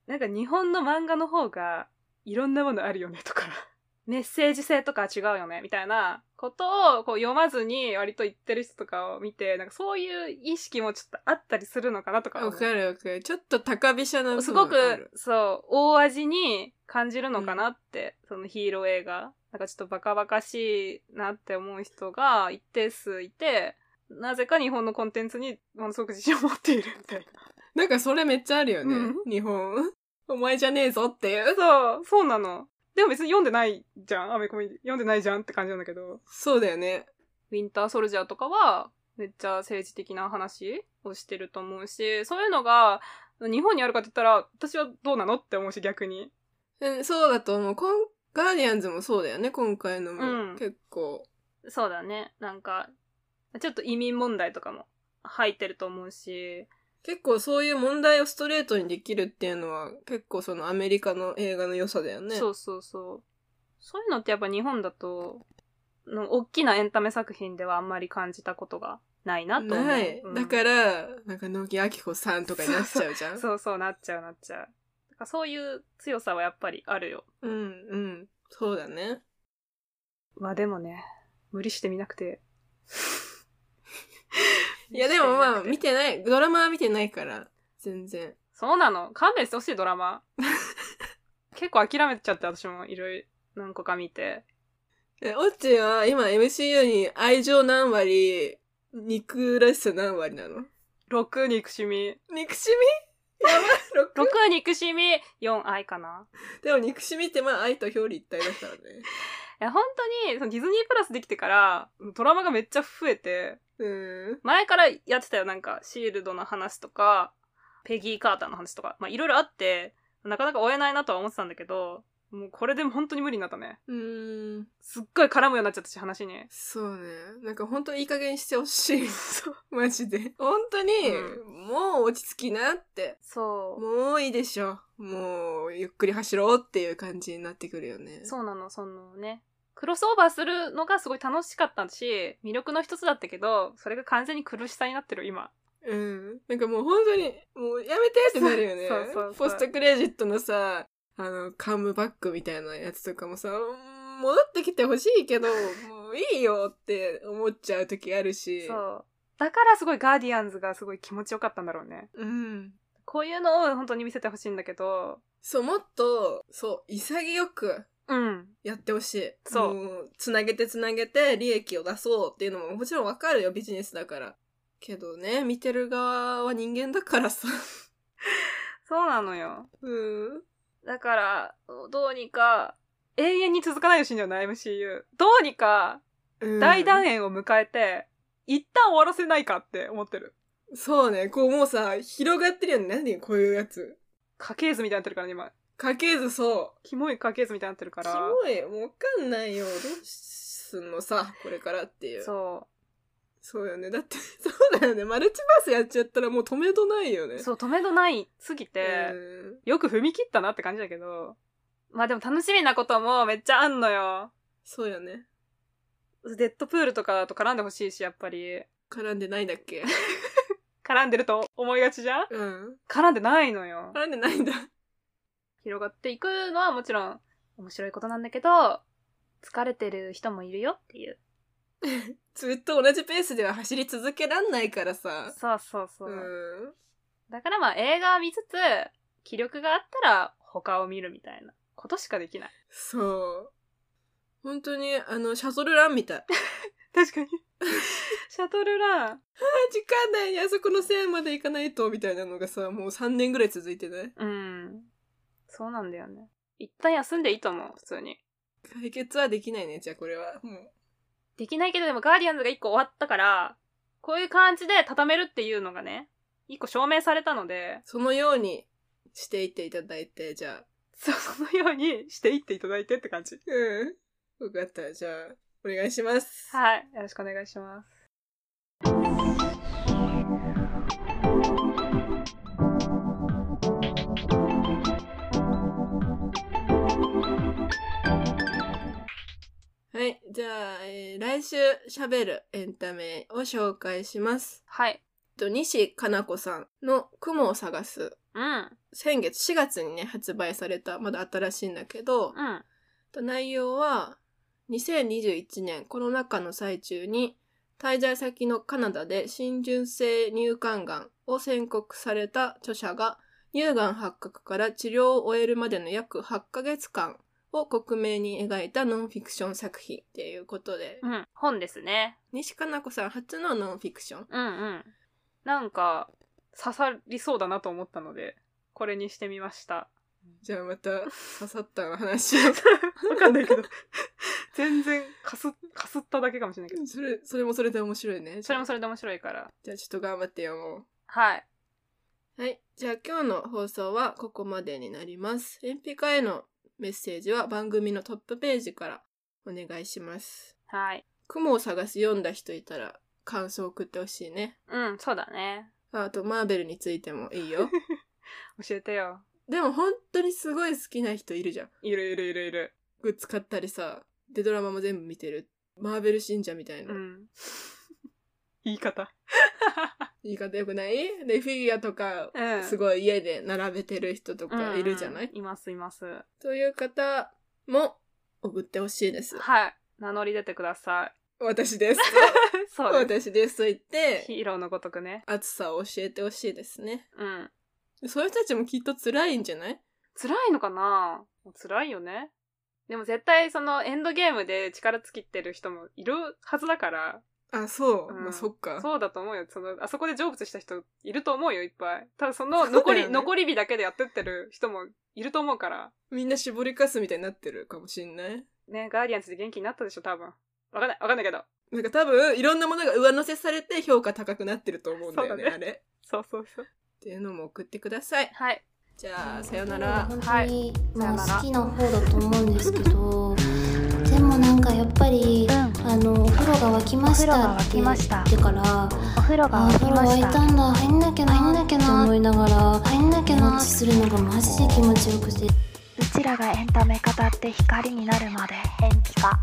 Speaker 1: なんか日本の漫画の方がいろんなものあるよねとか、 メッセージ性とか違うよねみたいなことをこう読まずに割と言ってる人とかを見て、なんかそういう意識もちょっとあったりするのかなとか思
Speaker 3: わ
Speaker 1: う。
Speaker 3: かるわかる。ちょっと高飛車な部
Speaker 1: す
Speaker 3: 分あ
Speaker 1: ご
Speaker 3: る。
Speaker 1: く、そう、大味に感じるのかなって、そのヒーロー映画。なんかちょっとバカバカしいなって思う人が一定数いて、なぜか日本のコンテンツにものすごく自信を持っているみたいな。
Speaker 3: なんかそれめっちゃあるよね。
Speaker 1: う
Speaker 3: 日本。お前じゃねえぞっていう。
Speaker 1: そう、そうなの。でも別に読んでないじゃん。アメコミ読んでないじゃんって感じなんだけど。
Speaker 3: そうだよね。
Speaker 1: ウィンターソルジャーとかは、めっちゃ政治的な話をしてると思うし、そういうのが日本にあるかって言ったら、私はどうなのって思うし、逆に。
Speaker 3: うんそうだと思う。こんガーディアンズもそうだよね、今回のも。
Speaker 1: うん
Speaker 3: 結構。
Speaker 1: そうだね。なんか、ちょっと移民問題とかも入ってると思うし、
Speaker 3: 結構そういう問題をストレートにできるっていうのは、結構そのアメリカの映画の良さだよね。
Speaker 1: そうそうそう。そういうのってやっぱ日本だと、の大きなエンタメ作品ではあんまり感じたことがないなと思う。
Speaker 3: ない。
Speaker 1: うん
Speaker 3: だから、なんか、野木明子さんとかになっちゃうじゃん。
Speaker 1: そうそう、なっちゃうなっちゃう。だからそういう強さはやっぱりあるよ。
Speaker 3: うん、うん。そうだね。
Speaker 1: まあでもね、無理してみなくて。
Speaker 3: いや、でもまあ、見
Speaker 1: て。
Speaker 3: てない、ドラマは見てないから、全然。
Speaker 1: そうなの。勘弁してほしいド ラマ。結構諦めちゃって私もいろいろ何個か見て。
Speaker 3: えオッチーは今 MCU に愛情何割、憎らしさ何割なの
Speaker 1: 6憎しみ。
Speaker 3: 憎しみやばい、
Speaker 1: 6
Speaker 3: 6?
Speaker 1: は憎しみ、4愛かな。
Speaker 3: でも憎しみってまあ愛と表裏一体だからね。
Speaker 1: いや、本当に、そのディズニープラスできてから、ドラマがめっちゃ増えて、
Speaker 3: うん。
Speaker 1: 前からやってたよ、なんか、シールドの話とか、ペギー・カーターの話とか、まあ、いろいろあって、なかなか追えないなとは思ってたんだけど、もうこれでも本当に無理になったね。
Speaker 3: うーん。
Speaker 1: すっごい絡むようになっちゃったし、話に。
Speaker 3: そうね。なんかほんといい加減にしてほしい。 マジで。ほんとに、
Speaker 1: う
Speaker 3: もう落ち着きなって。
Speaker 1: そう。
Speaker 3: もういいでしょ。もう、ゆっくり走ろうっていう感じになってくるよね。
Speaker 1: そうなの、そのね。クロスオーバーするのがすごい楽しかったし、魅力の一つだったけど、それが完全に苦しさになってる、今。
Speaker 3: うん。なんかもう本当に、もうやめてってなるよね。
Speaker 1: そうそうそうそう
Speaker 3: ポストクレジットのさ、あの、カムバックみたいなやつとかもさ、うん戻ってきてほしいけ ど、もういいよって思っちゃう時あるし。
Speaker 1: そう。だからすごいガーディアンズがすごい気持ちよかったんだろうね。
Speaker 3: うん。
Speaker 1: こういうのを本当に見せてほしいんだけど、
Speaker 3: そう、もっと、そう、潔く
Speaker 1: うん。
Speaker 3: やってほしい。
Speaker 1: そう
Speaker 3: もつなげてつなげて利益を出そうっていうのももちろんわかるよ、ビジネスだから。けどね、見てる側は人間だからさ。
Speaker 1: そうなのよ。
Speaker 3: うん。
Speaker 1: だから、どうにか、永遠に続かないでほしいんじゃない ?MCU。どうにか、
Speaker 3: うん
Speaker 1: 大団円を迎えて、一旦終わらせないかって思ってる。
Speaker 3: そうね、こうもうさ、広がってるよね。何こういうやつ。
Speaker 1: 家系図みたいになってるから、今。
Speaker 3: 家系図そう。
Speaker 1: キモい家系図みたいになってるか
Speaker 3: キ
Speaker 1: ら。
Speaker 3: モい。もうわかんないよ。どうすんのさ、これからっていう。そう
Speaker 1: そ
Speaker 3: よね。だって、 そうだよね。マルチバースやっちゃったらもう止めどないよね。
Speaker 1: う。そう、止めどないすぎ
Speaker 3: う
Speaker 1: て、
Speaker 3: ん
Speaker 1: よく踏み切ったなって感じだけど。まあでも楽しみなこともめっちゃあんのよ。
Speaker 3: そうよね。
Speaker 1: デッドプールとかと絡んでほしいし、やっぱり。
Speaker 3: 絡んでないんだっけ
Speaker 1: 絡んでると思いがちじゃん
Speaker 3: うん。
Speaker 1: 絡んでないのよ。
Speaker 3: 絡んでないんだ。
Speaker 1: 広がっていくのはもちろん面白いことなんだけど、疲れてる人もいるよっていう。
Speaker 3: ずっと同じペースでは走り続けらんないからさ。
Speaker 1: そうそうそう。
Speaker 3: うん。
Speaker 1: だからまあ映画は見つつ、気力があったら他を見るみたいなことしかできない。
Speaker 3: そう。本当に、あの、シャトルランみたい。あー
Speaker 1: 確かに。 シャトルラン。
Speaker 3: 時間内にあそこの線まで行かないと、みたいなのがさ、もう3年ぐらい続いてね。
Speaker 1: うん。そうなんだよね。一旦休んでいいと思う、普通に。
Speaker 3: 解決はできないね、じゃあこれは。もう。
Speaker 1: できないけど、でもガーディアンズが一個終わったから、こういう感じで畳めるっていうのがね、一個証明されたので、
Speaker 3: そのようにしていっていただいて、じゃあ。
Speaker 1: そそのようにしていっていただいてって感じ。
Speaker 3: うん。よかった。じゃあ、お願いします。
Speaker 1: はい。よろしくお願いします。
Speaker 3: はい。じゃあ、えー来週喋るエンタメを紹介します。
Speaker 1: はい。
Speaker 3: えっと西加奈子さんの雲を探す。
Speaker 1: うん。
Speaker 3: 先月4月にね、発売された、まだ新しいんだけど、
Speaker 1: うん。
Speaker 3: と内容は2021年コロナ禍の最中に滞在先のカナダで浸潤性乳管がんを宣告された著者が乳がん発覚から治療を終えるまでの約8ヶ月間を克明に描いたノンフィクション作品っていうことで、
Speaker 1: うん。本ですね。
Speaker 3: 西加奈子さん初のノンフィクション。
Speaker 1: うんうん。なんか、刺さりそうだなと思ったので、これにしてみました。
Speaker 3: じゃあまた刺さったの話
Speaker 1: わかんないけど。全然、かす、かすっただけかもしれないけど。
Speaker 3: それ、それもそれで面白いね。
Speaker 1: それもそれで面白いから。
Speaker 3: じゃあちょっと頑張ってよ、もう。
Speaker 1: はい。
Speaker 3: はい。じゃあ今日の放送はここまでになります。エンピカへのメッセージは番組のトップページからお願いします。
Speaker 1: はい。
Speaker 3: 雲を探す読んだ人いたら感想送ってほしいね。
Speaker 1: うん、そうだね。
Speaker 3: あとマーベルについてもいい よ。
Speaker 1: 教えてよ。
Speaker 3: でも本当にすごい好きな人いるじゃん。
Speaker 1: いるいるいるいる。
Speaker 3: グッズ買ったりさ、でドラマも全部見てる。マーベル信者みたいな。
Speaker 1: うん。 言い方。
Speaker 3: 言い方よくないで、フィギュアとか、
Speaker 1: うん
Speaker 3: すごい家で並べてる人とかいるじゃない、
Speaker 1: うんうんいますいます。
Speaker 3: という方も送ってほしいです。
Speaker 1: はい。名乗り出てくださ
Speaker 3: 私です。
Speaker 1: い。 そうで
Speaker 3: 私ですと言っ
Speaker 1: す。
Speaker 3: て、
Speaker 1: ヒーローのごとくね。
Speaker 3: 暑さを教えてほしいですね。
Speaker 1: うん。
Speaker 3: そういう人たちもきっと辛いんじゃない
Speaker 1: 辛いのかな辛いよね。でも絶対そのエンドゲームで力尽きてる人もいるはずだから。
Speaker 3: あ、そう。
Speaker 1: うん
Speaker 3: まあ、そっか。
Speaker 1: そうだと思うよ。その、あそこで成仏した人いると思うよ、いっぱい。ただその残り、
Speaker 3: そうだよね
Speaker 1: 残り日だけでやってってる人もいると思うから。
Speaker 3: みんな絞りかすみたいになってるかもしんない。
Speaker 1: ね、ガーディアンズで元気になったでしょ、多分。わかんない、わかんないけど。
Speaker 3: なんか多分、いろんなものが上乗せされて評価高くなってると思うんだよね、
Speaker 1: そう
Speaker 3: あ
Speaker 1: だ
Speaker 3: れ。
Speaker 1: そうそうそう。
Speaker 3: っていうのも送ってください。
Speaker 1: はい。
Speaker 3: じゃあ、さよなら。
Speaker 4: 本
Speaker 1: は
Speaker 4: 当
Speaker 1: い
Speaker 4: に、
Speaker 1: さよ
Speaker 4: ま
Speaker 1: な
Speaker 4: あ
Speaker 1: ら
Speaker 4: 好きな方だと思うんですけどでもなんかやっぱり、あのお風呂が沸きました
Speaker 2: お風呂が沸
Speaker 4: って
Speaker 2: き
Speaker 4: 言
Speaker 2: ました
Speaker 4: ってからあ
Speaker 2: お風呂が
Speaker 4: ーお
Speaker 2: 沸き
Speaker 4: 風呂
Speaker 2: ま
Speaker 4: 沸い
Speaker 2: した
Speaker 4: たんだ入んなきゃな
Speaker 2: 入んなきゃな
Speaker 4: って思いながら
Speaker 2: 入んなき
Speaker 4: 気
Speaker 2: ゃ
Speaker 4: 持
Speaker 2: な
Speaker 4: ちするのがマジで気持ちよくて
Speaker 2: うちらがエンタメ語って光になるまでエンピカ